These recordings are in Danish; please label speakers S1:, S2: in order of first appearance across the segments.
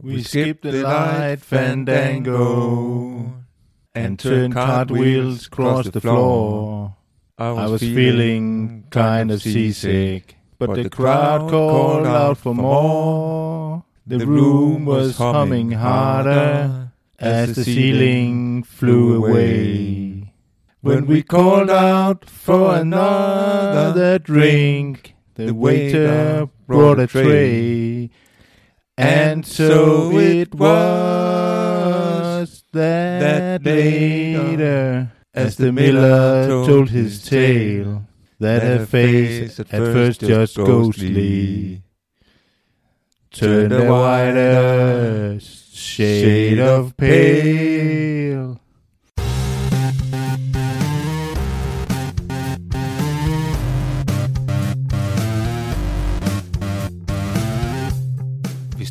S1: We skipped the light fandango and turned cartwheels across the floor. I was feeling kind of seasick, but the crowd called out for more. The room was humming harder as the ceiling flew away. When we called out for another drink, the waiter brought a tray. And so it was that,
S2: That
S1: later,
S2: later,
S1: as the miller told his tale, that her face at first just ghostly turned a whiter shade of pale.
S2: Hvis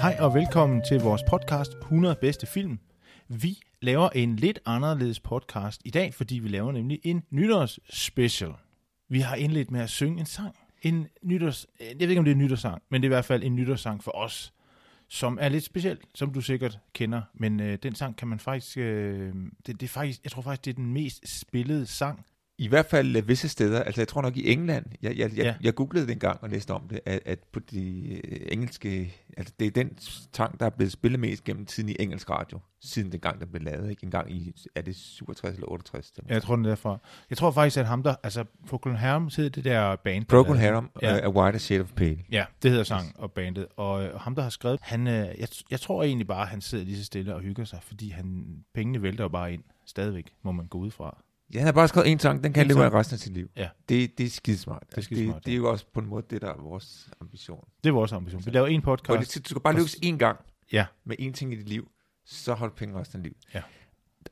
S3: Hej og velkommen til vores podcast 100 bedste film. Vi laver en lidt anderledes podcast i dag, fordi vi laver nemlig en nytårsspecial. Vi har indledt med at synge en sang. En nytårs... Jeg ved ikke, om det er en nytårssang, men det er i hvert fald en nytårssang for os, som er lidt speciel, som du sikkert kender. Men øh, den sang kan man faktisk... Øh, det, det er faktisk... Jeg tror faktisk, det er den mest spillede sang.
S2: I hvert fald øh, visse steder, altså jeg tror nok i England, jeg, jeg, jeg,
S3: Ja.
S2: ja. jeg googlede det en gang og læste om det, at, at på de øh, engelske, altså det er den sang, der er blevet spillet mest gennem tiden i engelsk radio, siden den gang, den blev lavet, ikke? En gang i, er det 67 eller 68? Det
S3: Jeg tror, den er derfra. Jeg tror faktisk, at ham der... Altså, Procol Harum hed det der band. der
S2: Broken
S3: lavede-
S2: Harum,
S3: Ja.
S2: ja. A Whiter Shade of Pale.
S3: Ja, det hedder sang og bandet. Og øh, ham, der har skrevet, han, øh, jeg, jeg tror egentlig bare, han sidder lige så stille og hygger sig, fordi han, pengene vælter jo bare ind. Stadigvæk må man gå ud fra.
S2: Ja, han har bare skrevet en sang, den
S3: Én
S2: kan han leve af
S3: sang.
S2: resten af sit liv.
S3: Ja.
S2: Det, det er skidesmart. Altså, Det,
S3: skidesmart,
S2: det, det er jo også på en måde det, der er vores ambition.
S3: Det er vores ambition. Vi laver en
S2: Og
S3: podcast.
S2: det, du skal bare lykkes én gang
S3: Ja,
S2: med én ting i dit liv, så har du penge resten af livet.
S3: Ja.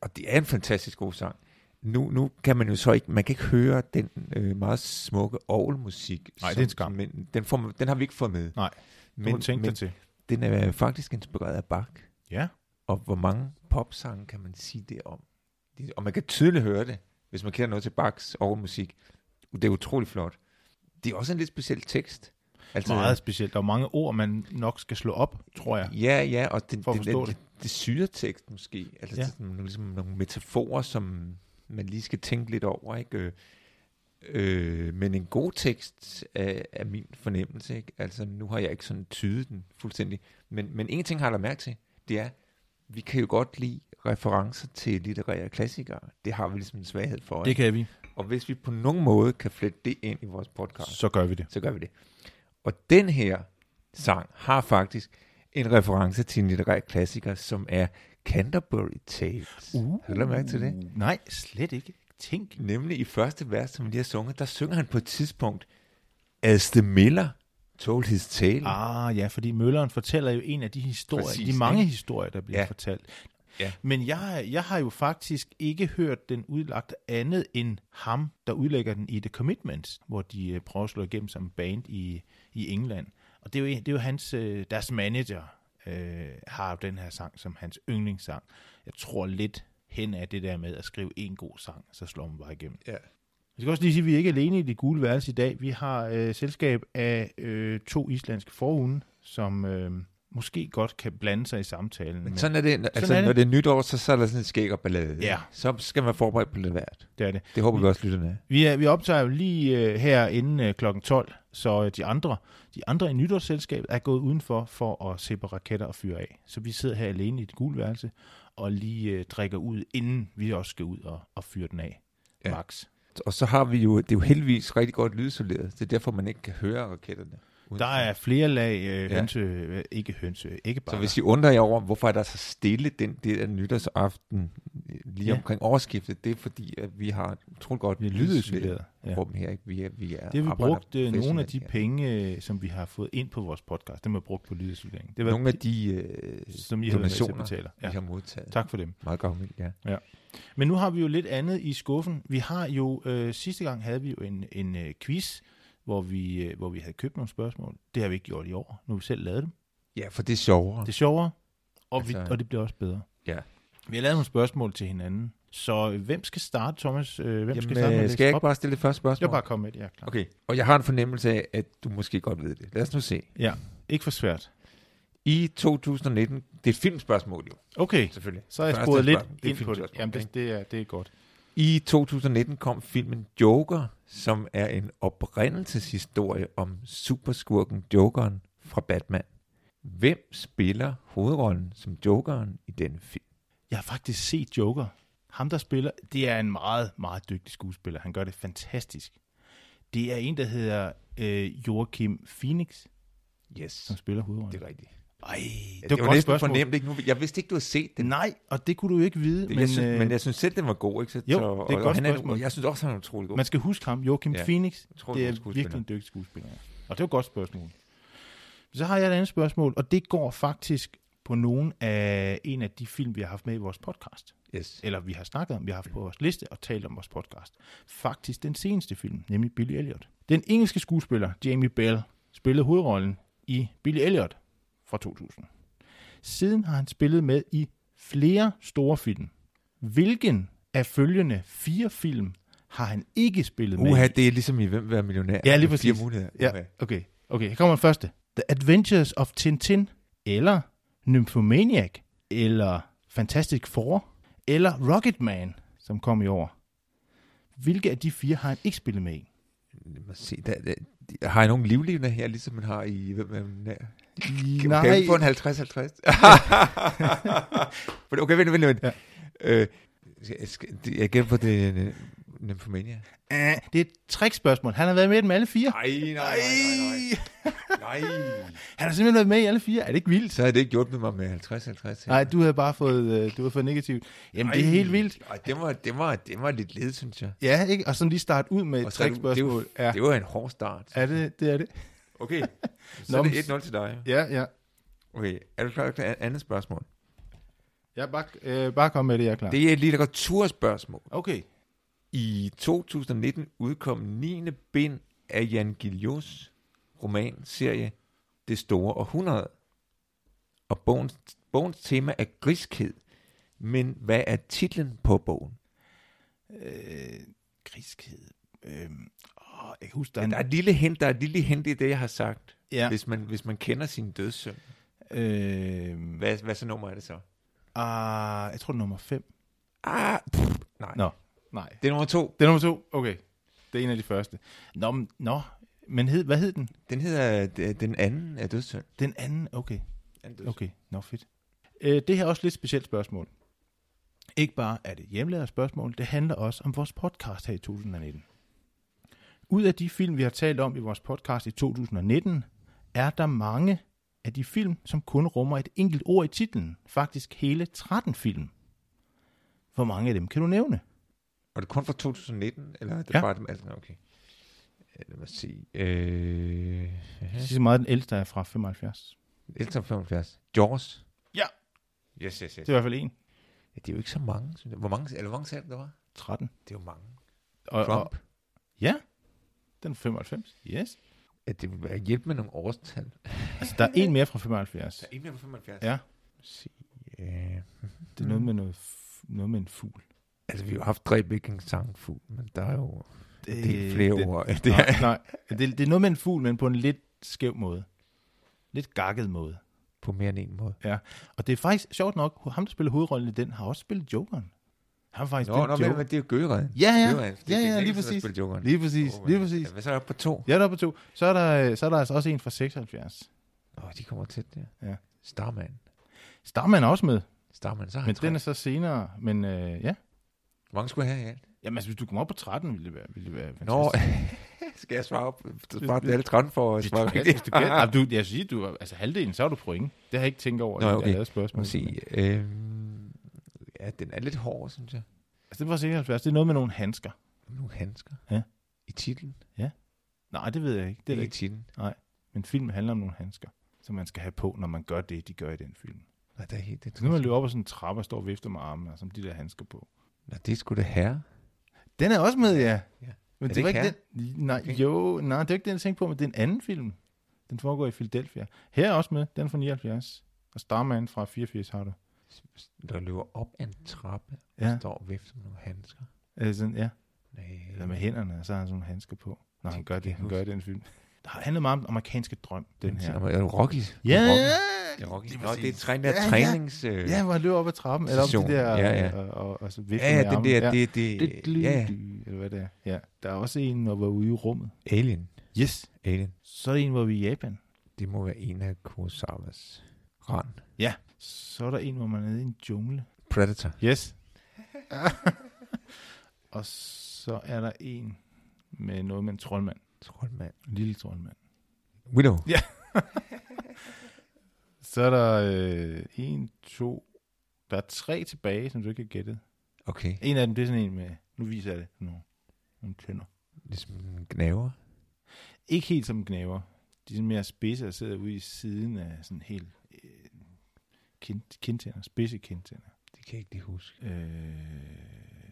S2: Og det er en fantastisk god sang. Nu, nu kan man jo så ikke, man kan ikke høre den øh, meget smukke orgelmusik.
S3: Nej, det
S2: som-
S3: er en skam.
S2: Men den, får, man- den har vi ikke fået med.
S3: Nej, men, må
S2: men,
S3: du tænke
S2: men
S3: dig til.
S2: den er faktisk inspireret af Bach.
S3: Ja,
S2: Og hvor mange popsange kan man sige det om? Det, og man kan tydeligt høre det, hvis man kender noget til Bachs orgelmusik. Det er utrolig flot. Det er også en lidt speciel tekst. Altså,
S3: meget specielt. Der er mange ord, man nok skal slå op, tror jeg.
S2: Ja, ja, og den,
S3: For at
S2: den,
S3: forstå
S2: den,
S3: det.
S2: det. det syrer tekst måske. Altså
S3: Ja.
S2: ja. sådan, nogle, ligesom nogle metaforer, som man lige skal tænke lidt over, ikke? Øh, Øh, men en god tekst er, er min fornemmelse, ikke? Altså, nu har jeg ikke sådan tydet den fuldstændig. Men, men en ting har jeg lagt mærke til, det er, vi kan jo godt lide referencer til litterære klassikere. Det har vi ligesom en svaghed for.
S3: Det
S2: Ikke?
S3: kan vi.
S2: Og hvis vi på nogen måde kan flette det ind i vores podcast,
S3: Så gør vi det.
S2: så gør vi det. Og den her sang har faktisk en reference til en litterær klassiker, som er Canterbury Tales. Uh. Har du lagt mærke til det?
S3: Nej, slet ikke. Tænk.
S2: Nemlig i første vers, som vi lige har sunget, der synger han på et tidspunkt, As the Miller told his tale.
S3: Ah ja, fordi Mølleren fortæller jo en af de historier, Præcis,
S2: Præcis,
S3: de mange
S2: ikke?
S3: historier, der bliver ja.
S2: Ja.
S3: fortalt.
S2: Ja.
S3: Men jeg, jeg har jo faktisk ikke hørt den udlagt andet end ham, der udlægger den i The Commitments, hvor de øh, prøver at slå igennem som band i, i England. Og det er jo, en- det er jo hans, øh, deres manager øh, har jo den her sang som hans yndlingssang. Jeg tror lidt hen af det der med at skrive en god sang, så slår man bare igennem.
S2: Ja.
S3: Jeg skal også lige sige, at vi er ikke alene i det gule værelse i dag. Vi har øh, selskab af øh, to islandske forhunde, som øh, måske godt kan blande sig i samtalen.
S2: Men sådan er det, altså
S3: er det.
S2: er det. når det er nytår, så, så er der sådan en skæg og ballade.
S3: Ja. Mm.
S2: Så skal man forberede på lidt værd.
S3: det er det.
S2: Det håber vi også, lytterne er.
S3: Vi, er, vi optager jo lige øh, her inden øh, kl. 12, så øh, de andre, de andre i nytårsselskabet er gået udenfor for at se på raketter og fyre af. Så vi sidder her alene i det gule værelse og lige øh, drikker ud, inden vi også skal ud og, og fyre den af. Ja.
S2: Ja.
S3: Max.
S2: Og så har vi jo, det er jo heldigvis rigtig godt lydisoleret. Det er derfor, man ikke kan høre raketterne.
S3: Der er flere lag øh,
S2: Ja.
S3: hønse, øh, ikke hønse, ikke bare.
S2: Så hvis I undrer jer over, hvorfor er der så stille den der nytårsaften øh, lige
S3: Ja.
S2: ja. omkring årsskiftet, det er fordi, at vi har et utroligt godt
S3: vi er
S2: lydudspillet
S3: lydisoleret. Ja.
S2: rum her. Ikke? Vi er, vi er
S3: Det har vi
S2: arbejder
S3: brugt øh, nogle af
S2: professionelt
S3: de
S2: her.
S3: penge, øh, som vi har fået ind på vores podcast, dem har vi brugt på lydisolering. Det var
S2: Nogle af de øh,
S3: som I har været med til at
S2: donationer,
S3: betale.
S2: vi
S3: Ja.
S2: har modtaget.
S3: Tak for dem.
S2: Meget gavmildt, ja.
S3: Men nu har vi jo lidt andet i skuffen. Vi har jo, øh, sidste gang havde vi jo en, en øh, quiz, hvor vi, øh, hvor vi havde købt nogle spørgsmål. Det har vi ikke gjort i år. Nu har vi selv lavet dem.
S2: Ja, for det er sjovere.
S3: Det er sjovere, og, altså, vi,
S2: Altså-
S3: og det bliver også bedre.
S2: Ja.
S3: Vi har lavet nogle spørgsmål til hinanden. Så øh, hvem skal starte, Thomas? Øh, hvem
S2: Jamen,
S3: skal starte med
S2: skal,
S3: at
S2: skal
S3: læse
S2: jeg ikke
S3: op?
S2: bare stille det første spørgsmål?
S3: Jeg bare komme med det, ja, klar.
S2: Okay, og jeg har en fornemmelse af, at du måske godt ved det. Lad os nu se.
S3: Ikke for svært.
S2: I 2019, det er et filmspørgsmål jo,
S3: Okay,
S2: selvfølgelig.
S3: så har jeg
S2: Første
S3: sporet lidt
S2: spørgsmål. Det er
S3: ind på det.
S2: filmspørgsmål,
S3: Jamen,
S2: ikke?
S3: det, det, er, det er godt.
S2: I 2019 kom filmen Joker, som er en oprindelseshistorie om superskurken Jokeren fra Batman. Hvem spiller hovedrollen som Jokeren i denne film?
S3: Jeg har faktisk set Joker. Ham, der spiller, det er en meget, meget dygtig skuespiller. Han gør det fantastisk. Det er en, der hedder øh, Joachim Phoenix,
S2: Yes,
S3: som spiller hovedrollen.
S2: det
S3: Det,
S2: er rigtigt.
S3: Ej,
S2: Altså,
S3: det,
S2: Ja,
S3: var, et godt spørgsmål.
S2: fornemt, ikke? Nu, jeg vidste ikke, du havde set den.
S3: Nej, og det kunne du jo ikke vide.
S2: Men,
S3: men,
S2: jeg synes,
S3: øh,
S2: men jeg synes selv, den var god. Ikke? Så,
S3: jo,
S2: så,
S3: det er et
S2: og,
S3: godt
S2: og han er,
S3: spørgsmål.
S2: en- jeg synes også, han er utrolig god.
S3: Man skal huske ham, Joachim ja,
S2: Ja,
S3: Phoenix.
S2: utrolig
S3: Det
S2: god
S3: er
S2: skuespiller.
S3: virkelig en dygtig skuespiller. ja. Og det var et godt spørgsmål. Så har jeg et andet spørgsmål, og det går faktisk på nogen af en af de film, vi har haft med i vores podcast.
S2: Yes.
S3: Eller vi har snakket om, vi har haft på vores liste og talt om vores podcast. Faktisk den seneste film, nemlig Billy Elliot. Den engelske skuespiller Jamie Bell spillede hovedrollen i Billy Elliot fra 2000. Siden har han spillet med i flere store film. Hvilken af følgende fire film har han ikke spillet med
S2: Uha,
S3: i?
S2: det er ligesom i Hvem vil være millionær?
S3: Ja, lige
S2: Med
S3: præcis.
S2: Altså, Fire muligheder.
S3: Ja,
S2: Uha.
S3: okay. Okay, her kommer den første. The Adventures of Tintin, eller Nymphomaniac, eller Fantastic Four, eller Rocketman, som kom i år. Hvilke af de fire har han ikke spillet med i?
S2: Lad mig se. Der, der, de- har jeg nogen livlivende her, ligesom man har i Hvem vil være millionær? Kan,
S3: Nej.
S2: kan jeg få en 50-50? For det- okay, vent, vent, vent.
S3: Ja.
S2: Ja. Øh, skal- skal- det- jeg gætter på det er en- øh, Nymphomania.
S3: Ah, det er et trickspørgsmål. Han har været med i dem alle fire.
S2: Nej, nej, nej, nej. nej.
S3: Han har simpelthen været med i alle fire. Er det ikke vildt?
S2: Så havde det ikke hjulpet mig med 50-50.
S3: Nej, du havde bare fået, øh, du havde fået negativt. Jamen,
S2: Ej.
S3: det er helt vildt.
S2: Ej, det var, det var, det var lidt led, synes jeg.
S3: Ja, ikke? Og sådan lige starte ud med et
S2: Og så er du- det, var,
S3: trickspørgsmål. Ja,
S2: det var en hård start.
S3: er det, det er det.
S2: Okay, så
S3: Nå,
S2: er
S3: men-
S2: det 1-0 til dig.
S3: Ja, ja.
S2: Okay, er du klar til et andet spørgsmål?
S3: Jeg bare, øh, bare kom med det, jeg er klar.
S2: Det er et lille returspørgsmål.
S3: Okay.
S2: I 2019 udkom 9. bind af Jan Guillous romanserie Det Store Århundrede. Og bogens, bogens tema er griskhed. Men hvad er titlen på bogen?
S3: Øh, griskhed. Øh, åh, jeg kan huske, der er en...
S2: Der er et lille hint, der er et lille hint i det, jeg har sagt.
S3: Ja,
S2: Ja. Hvis, man, hvis man kender sin dødssøn.
S3: øh,
S2: Hvad, hvad så nummer er det så?
S3: ah, jeg tror, det er nummer 5.
S2: Ah, pff, nej.
S3: Nå. Nej.
S2: Det er nummer to.
S3: Det er nummer 2? Okay. Det er en af de første. Nå, men, nå. men hed, hvad hed den?
S2: Den hedder øh, Den anden af dødssøn.
S3: Den anden? Okay.
S2: Anden dødssøn.
S3: Okay, nå fedt. Øh, det her er også et lidt specielt spørgsmål. Ikke bare er det hjemmelavet spørgsmål, det handler også om vores podcast her i 2019. Ud af de film, vi har talt om i vores podcast i 2019, er der mange af de film, som kun rummer et enkelt ord i titlen. Faktisk hele 13 film. Hvor mange af dem kan du nævne?
S2: Og det er kun fra 2019, eller er det
S3: Ja.
S2: ja. bare dem alle sammen? Okay. Øh, Lad mig se. Øh,
S3: Jeg siger så meget, den ældste er fra 75.
S2: Elton 75. Jaws.
S3: Ja.
S2: Yes, yes, yes.
S3: Det er i hvert fald en.
S2: Ja, det er jo ikke så mange, synes jeg. Hvor mange, eller hvor mange sagde du, der var?
S3: 13.
S2: Det er jo mange.
S3: Og,
S2: Trump.
S3: Og, ja, den er 95. Yes.
S2: Ja, det vil være hjælp med nogle årstal.
S3: Altså, der er en mere fra 75.
S2: Der er en mere på 75.
S3: Ja.
S2: Lad os Se, øh,
S3: Det er noget med, noget, f- noget med en fugl.
S2: altså, vi har jo haft tre Viking sangfugl, men der er jo det, det er flere
S3: Øh, det,
S2: det, ord. Det,
S3: Det,
S2: er,
S3: nej, nej. Det, det er noget med en fugl, men på en lidt skæv måde. Lidt gakket måde.
S2: på mere end en måde.
S3: Ja. Og det er faktisk sjovt nok, ham der spiller hovedrollen i den, har også spillet Jokeren. Han har faktisk
S2: Nå,
S3: spillet
S2: nå men,
S3: Jokeren.
S2: men det er jo altså- Gøren.
S3: Ja, ja.
S2: Gøren,
S3: Ja, ja, lige præcis.
S2: Lige
S3: Lige præcis, lige præcis.
S2: Ja, hvad så er der på to?
S3: Jeg er der på to. Så er der, øh, så er der altså også en fra 76.
S2: Åh, de kommer tæt der.
S3: Ja.
S2: Starman.
S3: Starman er også med,
S2: Starman, så har
S3: men
S2: han tre.
S3: den er så senere. Men øh, ja.
S2: Hvor mange skulle jeg have i alt?
S3: Jamen altså, hvis du kommer op på 13, ville det være, ville det være fantastisk.
S2: Nå, Skal jeg svare op? Svare til alle 30 for at svare
S3: du,
S2: rigtigt?
S3: du, gæt, ah, du, jeg siger, du, er- altså halvdelen, så har du point. Det har jeg ikke tænkt over,
S2: Nå,
S3: Nå, okay.
S2: okay.
S3: jeg lavede
S2: Må
S3: spørgsmål.
S2: jeg sige, øh, ja, den er lidt hård, synes jeg.
S3: Altså, det var 76. Det er noget med nogle handsker.
S2: Nogle handsker.
S3: Ja.
S2: I titlen?
S3: Nej, det ved jeg ikke. Det er
S2: Ikke
S3: det
S2: i
S3: ikke.
S2: titlen.
S3: Men film handler om nogle handsker, som man skal have på, når man gør det, de gør i den film.
S2: Nej, det er helt... Det,
S3: Så nu man løber op ad sådan en trappe og står og vifter med armene, og så har de der handsker på.
S2: Nå, det er sgu det herre.
S3: Den er også med, ja.
S2: Ja.
S3: Men
S2: Er
S3: det,
S2: det
S3: var ikke
S2: ikke
S3: den. Nej,
S2: Okay.
S3: jo, nej, det er ikke den, jeg tænkte på, men det er en anden film. Den foregår i Philadelphia. Her er også med, den er fra 79. Og Starman fra 84 har du.
S2: Der løber op ad en trappe
S3: Ja,
S2: og står og vifter med nogle handsker.
S3: øh, sådan, ja.
S2: Nej.
S3: Eller med hænderne, og så har han sådan nogle handsker på. Når han gør
S2: kan
S3: det,
S2: jeg
S3: han gør det i den film. Der handler meget om den amerikanske drøm, den her.
S2: Er du Rocky?
S3: Ja,
S2: Rocky.
S3: ja,
S2: Det er Rocky.
S3: Lige
S2: Nå, det er
S3: præcis.
S2: træ, den der
S3: Ja, ja.
S2: trænings... Øh,
S3: ja, hvor han løber op ad trappen, eller op
S2: Station.
S3: de der,
S2: Ja, ja.
S3: Og, og, og så
S2: ja,
S3: vifter
S2: ja,
S3: med
S2: den
S3: armen.
S2: der, det, det,
S3: Det, det,
S2: ja,
S3: ja.
S2: ja.
S3: Eller hvad det er. Ja. Der er også en, hvor vi er ude i rummet.
S2: Alien.
S3: Yes.
S2: Alien.
S3: Så er der en, hvor vi er i Japan.
S2: Det må være en af Kurosawas ran.
S3: Ja. Så er der en, hvor man er nede i en jungle.
S2: Predator.
S3: Yes. og så er der en med noget med en troldmand.
S2: Troldmand.
S3: En lille troldmand.
S2: Widow.
S3: Så er der øh, en, to... Der er tre tilbage, som du ikke har gættet.
S2: Okay.
S3: En af dem, det er sådan en med... Nu viser jeg det. Nogle, nogle tænder.
S2: Ligesom en gnaver.
S3: Ikke helt som knæver. De er sådan mere spidse og sidder ude i siden af sådan helt... Øh, kind, kindtænder. Spidse kindtænder.
S2: Det kan jeg ikke lige huske.
S3: Øh,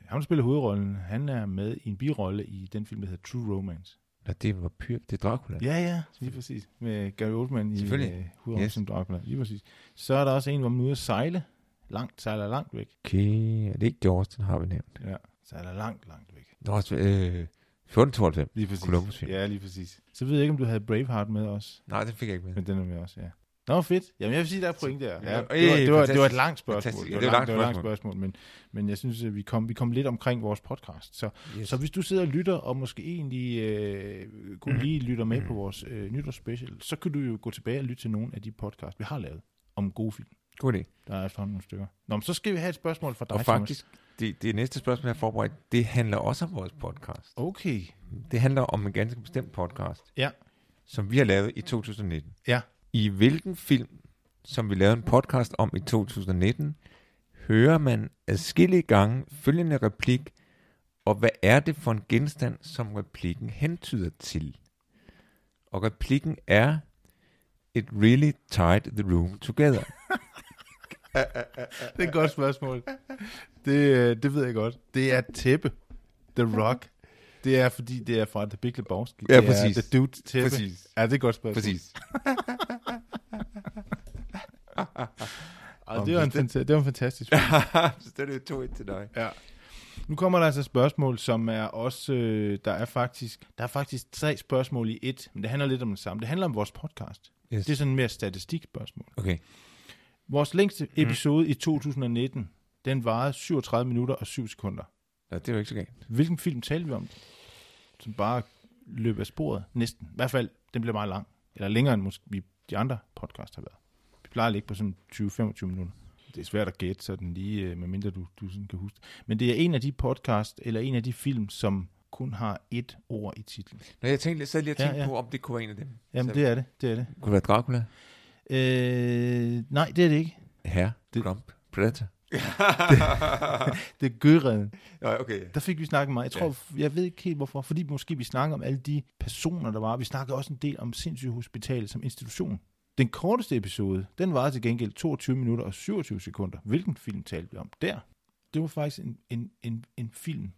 S3: ham, der spiller hovedrollen, han er med i en birolle i den film, der hedder True Romance.
S2: Nå, det er en vampyr. Det er Dracula.
S3: Ja, ja, lige præcis. Med Gary Oldman i
S2: Selvfølgelig.
S3: øh, hovedrollen
S2: Yes.
S3: som Dracula. Lige præcis. Så er der også en, hvor man er ude at sejle. Langt, sejler langt væk.
S2: Okay. Er det ikke Jaws, den har vi nævnt?
S3: Ja, sejler langt, langt væk.
S2: Nå, også, øh, 1492.
S3: Lige præcis.
S2: Columbus-film.
S3: Ja, lige præcis. Så ved jeg ikke, om du havde Braveheart med også.
S2: Nej, den fik jeg ikke med.
S3: Men den er med også, ja. Nå, fedt. Jamen, jeg vil sige, der er point der. Ja, det,
S2: Ja,
S3: var, det, var, det, var, det var et
S2: Øh, fantastisk.
S3: langt spørgsmål.
S2: Fantastisk. Ja, det var et langt
S3: det var et langt spørgsmål. Men, men jeg synes, at vi kom, vi kom lidt omkring vores podcast. Så, yes. så hvis du sidder og lytter, og måske egentlig øh, kunne lige lytter med på vores øh, nytårsspecial, så kan du jo gå tilbage og lytte til nogle af de podcasts, vi har lavet om gode film.
S2: God idé.
S3: Der er efterhånden nogle stykker. Nå, men så skal vi have et spørgsmål fra dig,
S2: Og faktisk, det, det næste spørgsmål, jeg har forberedt, det handler også om vores podcast.
S3: Thomas. Okay.
S2: Det handler om en ganske bestemt podcast,
S3: Ja.
S2: som vi har lavet i 2019.
S3: Ja.
S2: I hvilken film, som vi lavede en podcast om i 2019, hører man adskillige gange følgende replik, og hvad er det for en genstand, som replikken hentyder til? Og replikken er, It really tied the room together.
S3: Det er et godt spørgsmål. Det, øh, det ved jeg godt. Det er tæppe. The Rock. Det er, fordi det er fra The Big Lebowski.
S2: Ja,
S3: det
S2: præcis.
S3: Er The Dude tæppe.
S2: Præcis.
S3: Ja, det er et godt spørgsmål.
S2: Præcis.
S3: Og det, var en fanta- det var en fantastisk
S2: Så det er det to til dig.
S3: Ja. Nu kommer der altså et spørgsmål, som er også, øh, der er faktisk, der er faktisk tre spørgsmål i et, men det handler lidt om det samme. Det handler om vores podcast.
S2: Yes.
S3: Det er sådan mere statistikspørgsmål.
S2: Okay.
S3: Vores længste
S2: Mhm.
S3: episode i 2019, den varede 37 minutter og 7 sekunder.
S2: Nå, det er jo ikke så galt.
S3: Hvilken film talte vi om? Som bare løb af sporet, næsten. I hvert fald, den blev meget lang. Eller længere end måske vi- de andre podcasts har været. Vi plejer at ligge på sådan 20-25 minutter. Det er svært at gætte sådan lige, øh, medmindre du, du sådan kan huske det. Men det er en af de podcast, eller en af de film, som kun har ét ord i titlen.
S2: Nå, jeg tænkte, jeg sad lige og
S3: Ja,
S2: tænkte ja,
S3: ja.
S2: ja. på, om det kunne være en af dem.
S3: Jamen,
S2: Så-
S3: det er det. Det er det.
S2: Kunne det være Dracula?
S3: Øh, nej, det er det ikke.
S2: Herre? Det... Grump? Predator?
S3: Det er Gøren.
S2: Ja, okay.
S3: Der fik vi snakket meget. Jeg tror, ja. jeg ved ikke helt hvorfor. Fordi måske vi snakker om alle de personer, der var. Vi snakkede også en del om sindssyge hospital som institution. Den korteste episode, den varede til gengæld 22 minutter og 27 sekunder. Hvilken film talte vi om der? Det var faktisk en, en, en, en film.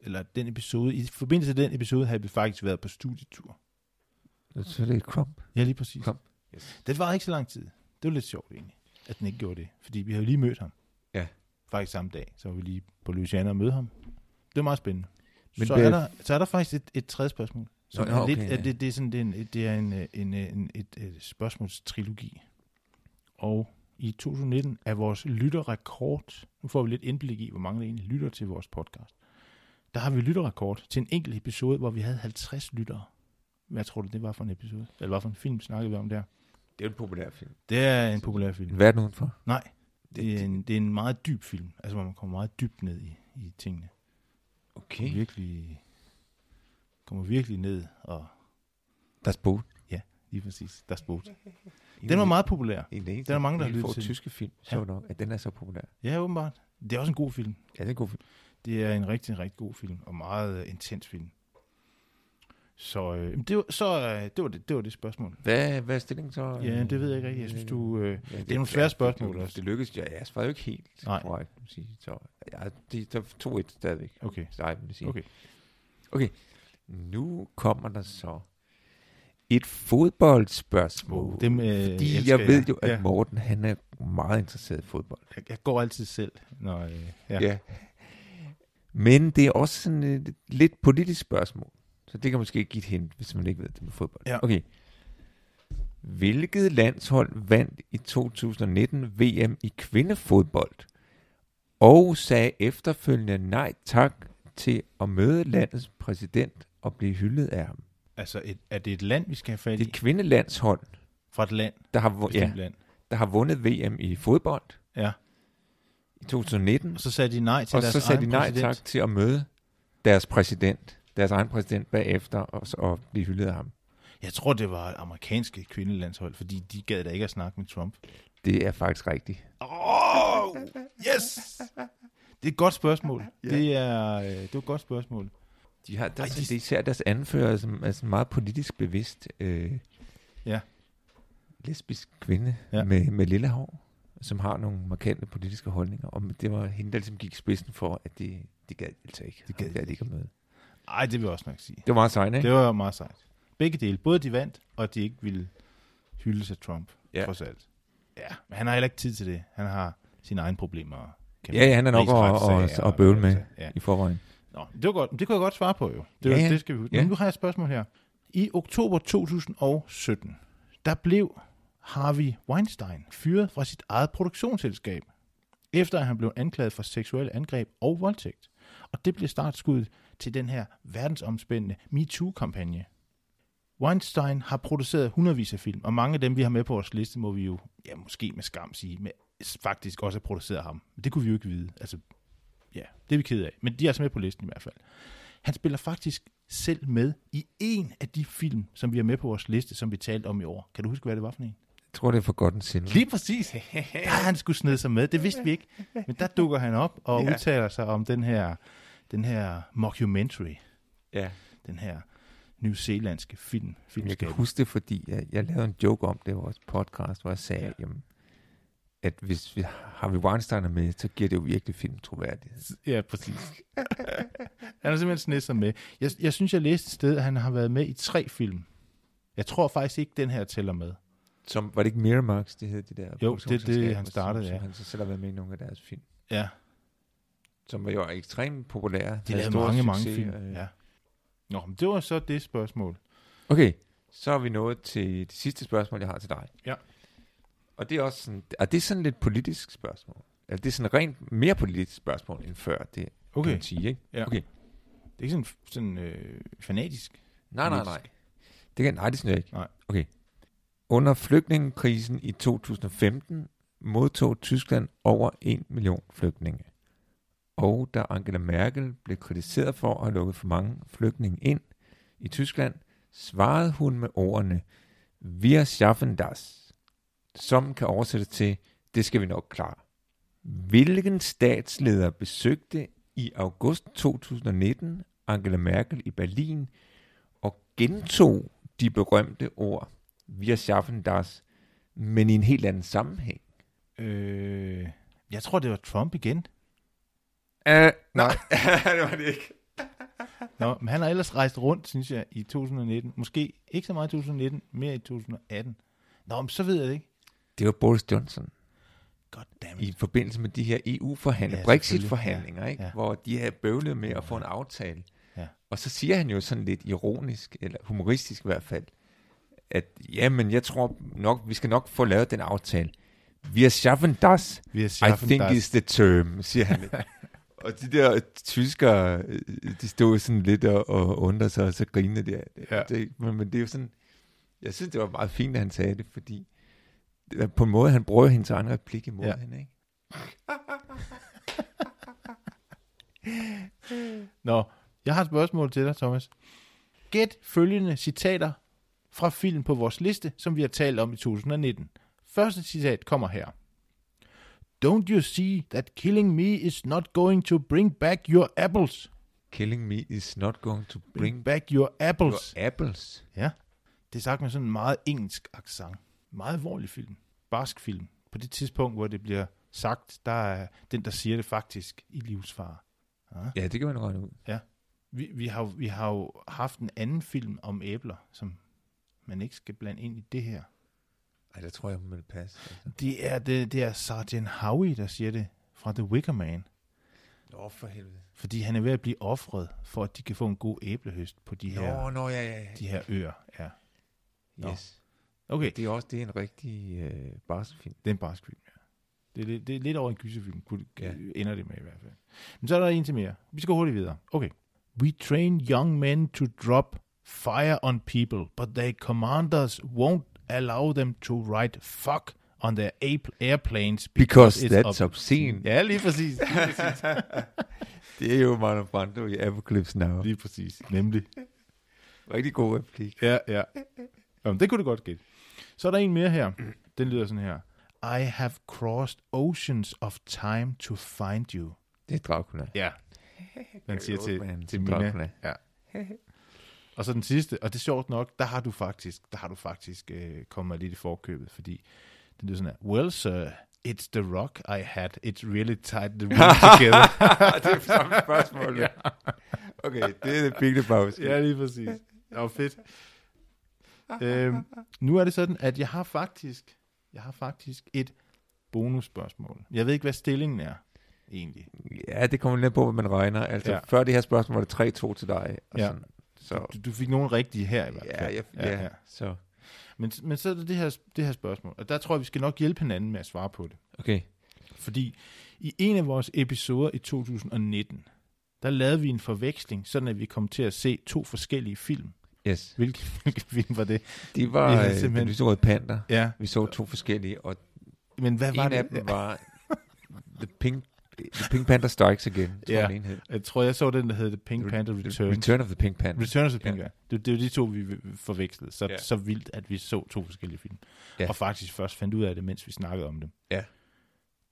S3: Eller den episode. I forbindelse med den episode havde vi faktisk været på studietur.
S2: Så er det Grump.
S3: Ja, lige præcis.
S2: Kom.
S3: Yes. Det var ikke så lang tid. Det var lidt sjovt egentlig, at den ikke gjorde det. Fordi vi havde lige mødt ham.
S2: Ja.
S3: Faktisk samme dag, så var vi lige på Louisiana og mødte ham. Det var meget spændende. Men
S2: Men
S3: så,
S2: det-
S3: er der, så er der faktisk et, et tredje spørgsmål. Så
S2: Nå,
S3: er
S2: okay,
S3: lidt,
S2: ja.
S3: at det, det er sådan det er en, det er en, øh, en, øh, en et, et spørgsmålstrilogi. Og i 2019 er vores lytterrekord, nu får vi lidt indblik i, hvor mange der egentlig lytter til vores podcast. Der har vi lytterrekord til en enkelt episode, hvor vi havde 50 lyttere. Hvad tror du, det var for en episode? Eller hvad for en film snakkede vi om der?
S2: Det er jo en populær film.
S3: Det er en populær film.
S2: En verden udenfor.
S3: Nej, det
S2: Det-
S3: er en, det er en meget dyb film. Altså, hvor man kommer meget dybt ned i, i tingene.
S2: Okay.
S3: Virkelig kommer virkelig ned og...
S2: Der er boot.
S3: Ja, lige præcis. Der er Den var meget populær.
S2: En af de eneste,
S3: Der er mange, der har
S2: helt
S3: lyttet
S2: få
S3: til den.
S2: tyske film, så
S3: Ja.
S2: nok, at den er så populær.
S3: Ja, åbenbart. Det er også en god film.
S2: Ja, det er en god film.
S3: Det er en rigtig, rigtig god film, og meget øh, intens film. Så, øh, jamen, det, var, så øh, det, var det, det var det spørgsmål.
S2: Hvad, hvad er stillingen så?
S3: Ja, det ved jeg ikke rigtigt. Jeg synes, du... Øh,
S2: Ja,
S3: det er nogle svære spørgsmål
S2: Det,
S3: også.
S2: det lykkedes, jeg, jeg svarede jo ikke helt
S3: Nej.
S2: Nej. korrekt. kan man Sige. Så ja, det der er 2-1 stadigvæk.
S3: okay,
S2: Sej, vil jeg sige.
S3: okay.
S2: okay. Nu kommer der så et fodboldspørgsmål.
S3: Wow, dem, øh,
S2: fordi
S3: elsker
S2: jeg ved jo, at
S3: Ja.
S2: Morten, han er meget interesseret i fodbold.
S3: Jeg, jeg går altid selv. Når, øh, ja.
S2: Ja. Men det er også sådan et lidt politisk spørgsmål. Så det kan måske give et hint, hvis man ikke ved det med fodbold.
S3: Ja.
S2: Okay. Hvilket landshold vandt i 2019 VM i kvindefodbold? Og sagde efterfølgende nej tak til at møde landets præsident og blive hyldet af ham.
S3: Altså, et, er det et land, vi skal have fat
S2: Det er
S3: i?
S2: et kvindelandshold,
S3: Fra et land?
S2: der har, vu- ja,
S3: Bestemt land.
S2: der har vundet VM i fodbold
S3: Ja.
S2: i 2019.
S3: Og så sagde de nej til
S2: og
S3: deres
S2: så sagde de
S3: egen
S2: nej
S3: præsident.
S2: tak til at møde deres præsident, deres egen præsident bagefter, og, så- og blive hyldet af ham.
S3: Jeg tror, det var amerikanske kvindelandshold, fordi de gad da ikke at snakke med Trump.
S2: Det er faktisk rigtigt.
S3: Oh, yes! Det er et godt spørgsmål. Det er, øh, det er et godt spørgsmål.
S2: De har, der,
S3: Ej,
S2: Ej,
S3: de-
S2: de... Det er især deres anfører, som er sådan meget politisk bevidst øh,
S3: Ja.
S2: lesbisk kvinde
S3: Ja.
S2: ja. med, med lille hår, som har nogle markante politiske holdninger. Og det var hende, der ligesom gik i spidsen for, at de, de gad altså ikke.
S3: De gad
S2: Ham gad ikke at møde.
S3: Ej, det vil jeg også nok sige.
S2: Det var meget sejt, ikke?
S3: Det var meget sejt. Begge dele. Både de vandt, og at de ikke ville hylde sig Trump, ja.
S2: Ja.
S3: trods alt. Ja, men han har heller ikke tid til det. Han har sine egne problemer. at kæmpe
S2: Ja, ja, han er nok
S3: med
S2: at-
S3: rigsretssager
S2: at- at bøvle med
S3: Ja.
S2: I forvejen.
S3: Nå, det, var godt. det kunne jeg godt svare på jo. Det,
S2: Ja,
S3: ja,
S2: ja.
S3: det skal vi huske. Ja.
S2: Ja.
S3: Men nu har jeg et spørgsmål her. I oktober 2017, der blev Harvey Weinstein fyret fra sit eget produktionsselskab, efter at han blev anklaget for seksuelle angreb og voldtægt. Og det blev startskuddet til den her verdensomspændende MeToo-kampagne. Weinstein har produceret hundredvis af film, og mange af dem, vi har med på vores liste, må vi jo, ja, måske med skam sige, men faktisk også har produceret ham. Men det kunne vi jo ikke vide. Altså, ja, det er vi ked af. Men de er altså med på listen i hvert fald. Han spiller faktisk selv med i en af de film, som vi har med på vores liste, som vi talte om i år. Kan du huske, hvad det var for en?
S2: Jeg tror, det er for godt en sinde.
S3: Lige præcis. Der har han skulle snede sig med. Det vidste vi ikke. Men der dukker han op og
S2: Ja.
S3: udtaler sig om den her, den her mockumentary.
S2: Ja.
S3: Den her New Zealandske film.
S2: Jamen, Jeg kan
S3: filmskab.
S2: huske det, fordi jeg, jeg lavede en joke om det i vores podcast, hvor jeg sagde, ja. jamen, at hvis vi har vi Weinstein er med, så giver det jo virkelig film troværdighed.
S3: Ja, præcis. han har simpelthen snedet sig med. Jeg, jeg synes, jeg læste et sted, at han har været med i tre film. Jeg tror faktisk ikke, den her tæller med.
S2: Som, var det ikke Miramax, det hed de der? produktionsselskaber,
S3: han startede,
S2: som,
S3: ja.
S2: Som han så selv har været med i nogle af deres film,
S3: Ja,
S2: som var jo ekstremt populære.
S3: de
S2: havde
S3: lavede
S2: stor
S3: mange, mange
S2: succes,
S3: film.
S2: øh.
S3: Ja. Nå, men det var så det spørgsmål.
S2: Okay, så er vi nået til det sidste spørgsmål, jeg har til dig.
S3: Ja.
S2: Og det er også sådan, og det er sådan lidt politisk spørgsmål. Altså, det er sådan rent mere politisk spørgsmål end før, det kan
S3: Okay.
S2: man sige, ikke?
S3: Ja.
S2: Okay.
S3: Det er ikke sådan, sådan øh, fanatisk.
S2: Nej, nej, nej.
S3: Politisk.
S2: Det kan, nej, det synes jeg ikke.
S3: Nej.
S2: Okay. Under flygtningekrisen i 2015 modtog Tyskland over 1 million flygtninge. Og da Angela Merkel blev kritiseret for at have lukket for mange flygtninge ind i Tyskland, svarede hun med ordene, wir schaffen das, som kan oversættes til, det skal vi nok klare. Hvilken statsleder besøgte i august 2019 Angela Merkel i Berlin og gentog de berømte ord, wir schaffen das, men i en helt anden sammenhæng.
S3: Øh, jeg tror, det var Trump igen.
S2: Uh, nej, det var det ikke.
S3: Nå, men han har ellers rejst rundt, synes jeg, i 2019. Måske ikke så meget i 2019, mere i 2018. Nå, men så ved jeg det ikke.
S2: Det var Boris Johnson
S3: Goddammit.
S2: i forbindelse med de her EU-forhandlinger,
S3: Ja,
S2: ja,
S3: selvfølgelig.
S2: Brexit-forhandlinger,
S3: Ja,
S2: ikke?
S3: ja.
S2: hvor de havde bøvlet med at få en aftale.
S3: Ja.
S2: Og så siger han jo sådan lidt ironisk, eller humoristisk i hvert fald, at jamen, jeg tror nok, vi skal nok få lavet den aftale. Wir schaffen das,
S3: Wir
S2: I
S3: schaffen
S2: think
S3: das.
S2: is the term, siger han. lidt. og de der tyskere, øh, de stod sådan lidt og, og undrede sig, og så grinede de.
S3: Ja.
S2: Ja. Det, men, men det er jo sådan, jeg synes, det var meget fint, at han sagde det, fordi det var på en måde, han bruger hendes egen replik imod
S3: Ja.
S2: ja. hende, ikke?
S3: Nå, jeg har et spørgsmål til dig, Thomas. Gæt følgende citater fra film på vores liste, som vi har talt om i 2019. Første citat kommer her. Don't you see that killing me is not going to bring back your apples?
S2: Killing me is not going to bring
S3: Bring back your
S2: your
S3: apples.
S2: apples.
S3: Ja. Det er sagt med sådan en meget engelsk accent. Meget alvorlig film. Barsk film. På det tidspunkt, hvor det bliver sagt, der er den, der siger det faktisk i livsfare.
S2: Ja, det kan man regne ud.
S3: Vi, vi, har, jo- vi har jo haft en anden film om æbler, som man ikke skal blande ind i det her.
S2: Ej, der tror jeg, man vil passe. Altså.
S3: Det er, det, det er Sergeant Howie, der siger det fra The Wicker Man.
S2: Nå, for helvede.
S3: Fordi han er ved at blive offret, for at de kan få en god æblehøst på de
S2: Nå,
S3: her,
S2: nå, ja, ja, ja.
S3: de her øer. Ja. Nå.
S2: Yes.
S3: Okay,
S2: Det er også det er en rigtig øh, barskfilm.
S3: det er en barsk film, ja. Det er, lidt- det er lidt over en gyserfilm, kunne,
S2: Ja.
S3: ja. ender det med i hvert fald. Men så er der en til mere. Vi skal hurtigt videre. Okay. We train young men to drop fire on people, but their commanders won't allow them to write fuck on their ape- airplanes
S2: Because
S3: it's
S2: that's obscene.
S3: Ja, lige præcis.
S2: Det er jo Marlon Brando i Apocalypse Now.
S3: Lige præcis. Nemlig.
S2: Rigtig god replik.
S3: Ja, ja. Jamen, det kunne du godt gætte. Så er der en mere her. Den lyder sådan her. I have crossed oceans of time to find you.
S2: Det er Dracula.
S3: Ja. Man siger
S2: Oldman
S3: til, til
S2: som Dracula.
S3: Mina. Ja. Og så den sidste, og det er sjovt nok, der har du faktisk, der har du faktisk øh, kommet mig lidt i forkøbet, fordi den lyder sådan her. Well, sir, it's the rock I had. It really tied the room together.
S2: det er samme spørgsmål. ja. Okay, det er det Big Lebowski.
S3: ja, lige præcis. Det var fedt. øhm, nu er det sådan, at jeg har faktisk, jeg har faktisk et bonusspørgsmål. Jeg ved ikke, hvad stillingen er, egentlig.
S2: ja, det kommer lidt på, hvad man regner. Altså,
S3: Ja.
S2: ja. før det her spørgsmål var det 3-2 til dig. Og
S3: Ja.
S2: Sådan. Så,
S3: Du, du fik nogen rigtige her i hvert fald.
S2: ja, jeg, ja, ja, så.
S3: Men, men så er der det her, det her spørgsmål, og der tror jeg, vi skal nok hjælpe hinanden med at svare på det.
S2: Okay.
S3: Fordi i en af vores episoder i 2019, der lavede vi en forveksling, sådan at vi kom til at se to forskellige film.
S2: Yes.
S3: Hvilke, hvilke film var det?
S2: De var
S3: Ja,
S2: ja,
S3: simpelthen.
S2: simpelthen... den lyserøde panter.
S3: Ja,
S2: Vi så to forskellige, og
S3: men hvad var
S2: en af
S3: det?
S2: dem var The Pink, the Pink Panther Strikes Again, tror
S3: Ja.
S2: jeg, den ene hed.
S3: Jeg tror, jeg så den, der hed The Pink Panther Return.
S2: Return of the Pink Panther.
S3: Return of the Pink
S2: Ja.
S3: Panther. Det, det var de to, vi forvekslede. Så,
S2: Ja.
S3: så vildt, at vi så to forskellige film.
S2: Ja.
S3: Og faktisk først fandt ud af det, mens vi snakkede om dem.
S2: Ja.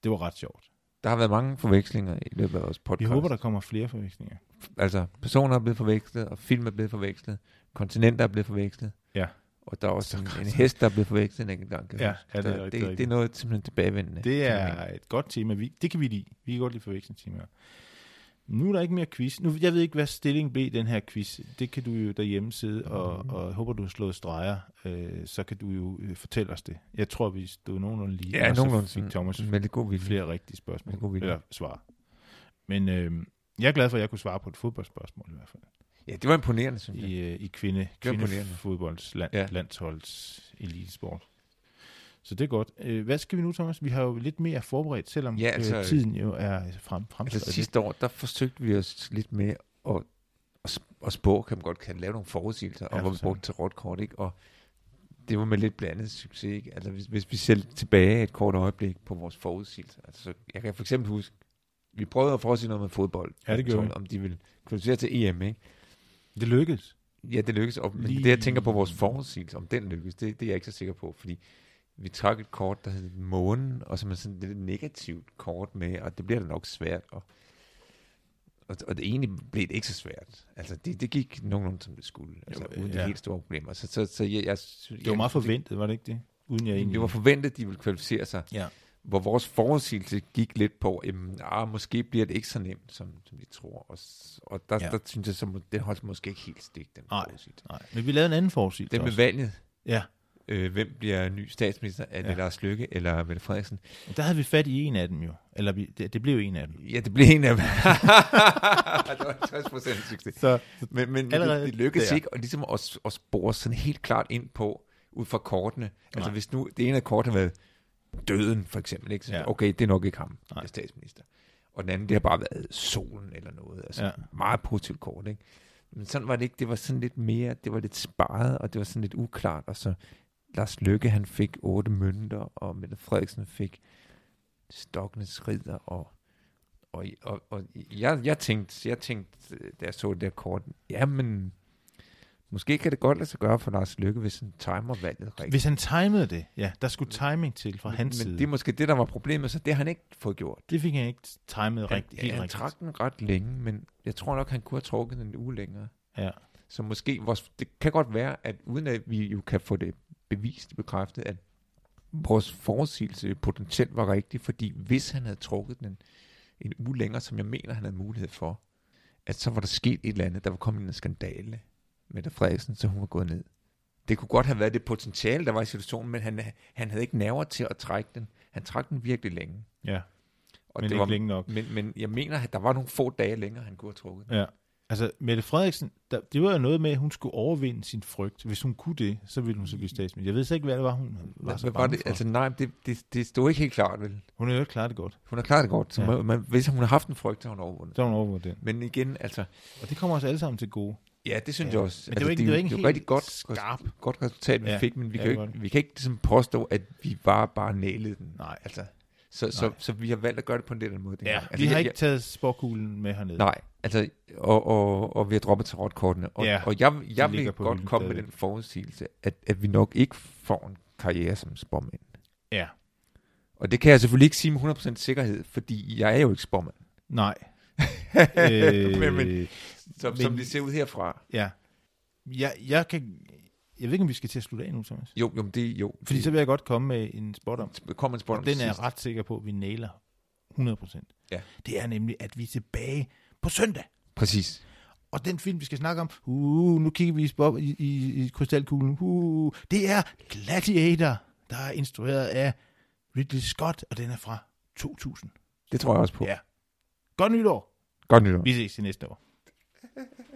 S3: Det var ret sjort.
S2: Der har været mange forvekslinger i løbet af vores podcast.
S3: Vi håber, der kommer flere forvekslinger.
S2: Altså, personer er blevet forvekslet, og film er blevet forvekslet, kontinenter er blevet forvekslet.
S3: Ja.
S2: Og der er også en,
S3: godt.
S2: en hest, der er blevet forvekslet en enkelt gang. kan jeg
S3: Ja,
S2: huske.
S3: ja, det er
S2: Der-
S3: rigtigt,
S2: det,
S3: rigtigt.
S2: det, er noget simpelthen tilbagevendende.
S3: Det
S2: fænomen.
S3: er et godt tema. Vi, det kan vi lide. Vi kan godt lide forvekslingstemaer. Nu er der ikke mere quiz. Nu, jeg ved ikke, hvad stillingen blev i den her quiz. Det kan du jo derhjemme sidde, og, og jeg håber, du har slået streger. Øh, så kan du jo øh, fortælle os det. Jeg tror, vi stod nogenlunde lige.
S2: Ja,
S3: og
S2: nogenlunde
S3: Så fik
S2: sådan,
S3: Thomas
S2: med lidt god vilje.
S3: flere rigtige spørgsmål.
S2: Med god vilje.
S3: Eller svar. Men øh, jeg er glad for, at jeg kunne svare på et fodboldspørgsmål i hvert fald.
S2: Ja, det var imponerende, synes jeg.
S3: I, øh, i kvinde,
S2: Det var imponerende.
S3: kvindefodbolds land, ja.
S2: Ja.
S3: landsholds elitesport. Så det er godt. Øh, Hvad skal vi nu, Thomas? Vi har jo lidt mere forberedt, selvom ja,
S2: Ja,
S3: altså,
S2: altså,
S3: øh, tiden jo er frem, frem
S2: Altså sidste år, der forsøgte vi os lidt med at, at, sp- at spå, kan man godt kalde, lave nogle forudsigelser,
S3: Ja,
S2: og hvor vi
S3: for
S2: brugte til rødt kort, ikke? Og det var med lidt blandet succes, ikke? Altså hvis, hvis vi ser tilbage et kort øjeblik på vores forudsigelser. Altså jeg kan for eksempel huske, vi prøvede at forudsige noget med fodbold. Altså,
S3: Ja, det gjorde vi.
S2: Om de ville kvalificere til EM, ikke?
S3: Det lykkedes.
S2: Ja, det lykkedes. Og, men
S3: Lige-
S2: det, jeg tænker på vores forudsigelse, om den lykkedes, det, det er jeg ikke så sikker på, fordi vi trak et kort, der hed månen, og som er sådan et lidt negativt kort med, og det bliver da nok svært. Og, og, og det egentlig blev det ikke så svært. Altså, det, det gik nogenlunde, som det skulle. Altså,
S3: Jo,
S2: jo, uden ja.
S3: ja.
S2: de helt store problemer. Så, så, så jeg, jeg, synes-
S3: Det var
S2: jeg-
S3: meget forventet, var det ikke det? Uden jeg
S2: det,
S3: egentlig...
S2: det var forventet, at de ville kvalificere sig.
S3: Ja.
S2: Hvor vores forudsigelse gik lidt på, jamen, ah, måske bliver det ikke så nemt, som, som de tror. Og, s- og der,
S3: Ja.
S2: ja. der, synes jeg, så må, den holdt måske ikke helt stik, den
S3: Nej.
S2: forudsigelse.
S3: Nej, men vi lavede en anden forudsigelse
S2: Den med
S3: også.
S2: valget,
S3: Ja,
S2: øh, hvem bliver ny statsminister? Er det
S3: Ja.
S2: ja. Lars Lykke eller Mette Frederiksen?
S3: og der havde vi fat i en af dem jo. Eller vi, det, det blev en af dem.
S2: Ja, det blev en af dem. det var 60 procent succes.
S3: Så
S2: Men, men
S3: Allerede
S2: Allerede det, det lykkedes
S3: der.
S2: ikke og ligesom at, at spore sådan helt klart ind på, ud fra kortene. Altså
S3: Nej.
S2: hvis nu det ene af kortene havde været døden, for eksempel. Ikke? Så,
S3: Ja.
S2: ja. Okay, det er nok ikke ham, der
S3: Nej.
S2: er statsminister. Og den anden, det har bare været solen eller noget. Altså
S3: Ja.
S2: ja. meget positivt kort, ikke? Men sådan var det ikke. Det var sådan lidt mere, det var lidt sparet, og det var sådan lidt uklart. Og så Lars Løkke, han fik otte mønter, og Mette Frederiksen fik Stokkenes ridder, og, og, og, og jeg, jeg, tænkte, jeg tænkte, øh, da jeg så det der kort, jamen, Måske kan det godt lade sig gøre for Lars Lykke, hvis han timer valget rigtigt.
S3: Hvis han timede det, ja, der skulle timing til fra hans
S2: Men
S3: side.
S2: det er måske det, der var problemet, så det har han ikke fået gjort.
S3: Det fik han ikke timet rigtigt.
S2: han,
S3: helt
S2: han
S3: rigtigt.
S2: trak den ret længe, men jeg tror nok, han kunne have trukket den en uge længere.
S3: Ja.
S2: Så måske, vores, det kan godt være, at uden at vi jo kan få det bevist bekræftet, at vores forudsigelse potentielt var rigtig, fordi hvis han havde trukket den en uge længere, som jeg mener, han havde mulighed for, at så var der sket et eller andet, der var kommet en skandale med Frederiksen, så hun var gået ned. Det kunne godt have været det potentiale, der var i situationen, men han, han havde ikke nerver til at trække den. Han trak den virkelig længe.
S3: ja.
S2: Og
S3: Men
S2: det
S3: ikke
S2: var,
S3: længe nok.
S2: Men, men jeg mener, at der var nogle få dage længere, han kunne have trukket den.
S3: Ja. Altså, Mette Frederiksen, der, det var jo noget med, at hun skulle overvinde sin frygt. Hvis hun kunne det, så ville hun så blive statsminister. Jeg ved så ikke, hvad det var, hun var
S2: Hvad,
S3: så
S2: hvad var
S3: bange
S2: det?
S3: for.
S2: Altså nej, det, det, det stod ikke helt klart, vel?
S3: Hun er jo ikke klaret det godt.
S2: Hun har klaret det godt. Så
S3: Ja.
S2: ja. man, hvis hun har haft en frygt, så har hun overvundet.
S3: Så har hun overvundet den.
S2: Men igen, altså...
S3: Og det kommer os alle sammen til gode.
S2: Ja, det
S3: Ja.
S2: synes jeg også.
S3: Men det
S2: altså,
S3: var ikke-
S2: er
S3: det var ikke
S2: jo- er
S3: helt
S2: jo rigtig godt,
S3: skarp.
S2: godt resultat, vi
S3: Ja.
S2: ja. fik, men vi,
S3: Ja,
S2: ja, kan
S3: det
S2: jo
S3: var
S2: ikke, vi kan ikke ligesom påstå, at vi bare, bare nælede den.
S3: Nej.
S2: Altså, så, så, så, vi har valgt at gøre det på en lidt anden måde. dengang.
S3: Ja,
S2: altså,
S3: vi har
S2: jeg-
S3: ikke
S2: jeg-
S3: taget sporkuglen med hernede.
S2: Nej, altså, og, og, og vi har droppet tarotkortene. Og,
S3: Ja,
S2: ja, og jeg, jeg
S3: ligger
S2: vil
S3: på
S2: godt
S3: hylden
S2: komme med
S3: stadigvæk.
S2: den forudsigelse, at, at vi nok ikke får en karriere som spormand.
S3: Ja.
S2: Og det kan jeg selvfølgelig ikke sige med 100% sikkerhed, fordi jeg er jo ikke spormand.
S3: Nej.
S2: Men- men-
S3: Øh,
S2: Som,
S3: Men-
S2: men, som det ser ud herfra.
S3: Ja. Jeg, jeg, kan, jeg ved ikke, om vi skal til at slutte af nu, Thomas.
S2: Jo, jo, men det jo.
S3: Fordi så vil jeg godt komme med en spot om.
S2: det, kom en spot om
S3: Og den er
S2: sidst.
S3: jeg ret sikker på, at vi nailer 100%.
S2: Ja.
S3: Det er nemlig, at vi er tilbage på søndag.
S2: Præcis.
S3: Og den film, vi skal snakke om, uh, nu kigger vi i, spop, i, i, i krystalkuglen, uh, det er Gladiator, der er instrueret af Ridley Scott, og den er fra 2000.
S2: Det tror jeg også på.
S3: Ja. Godt nytår.
S2: Godt nytår.
S3: Vi ses til næste år.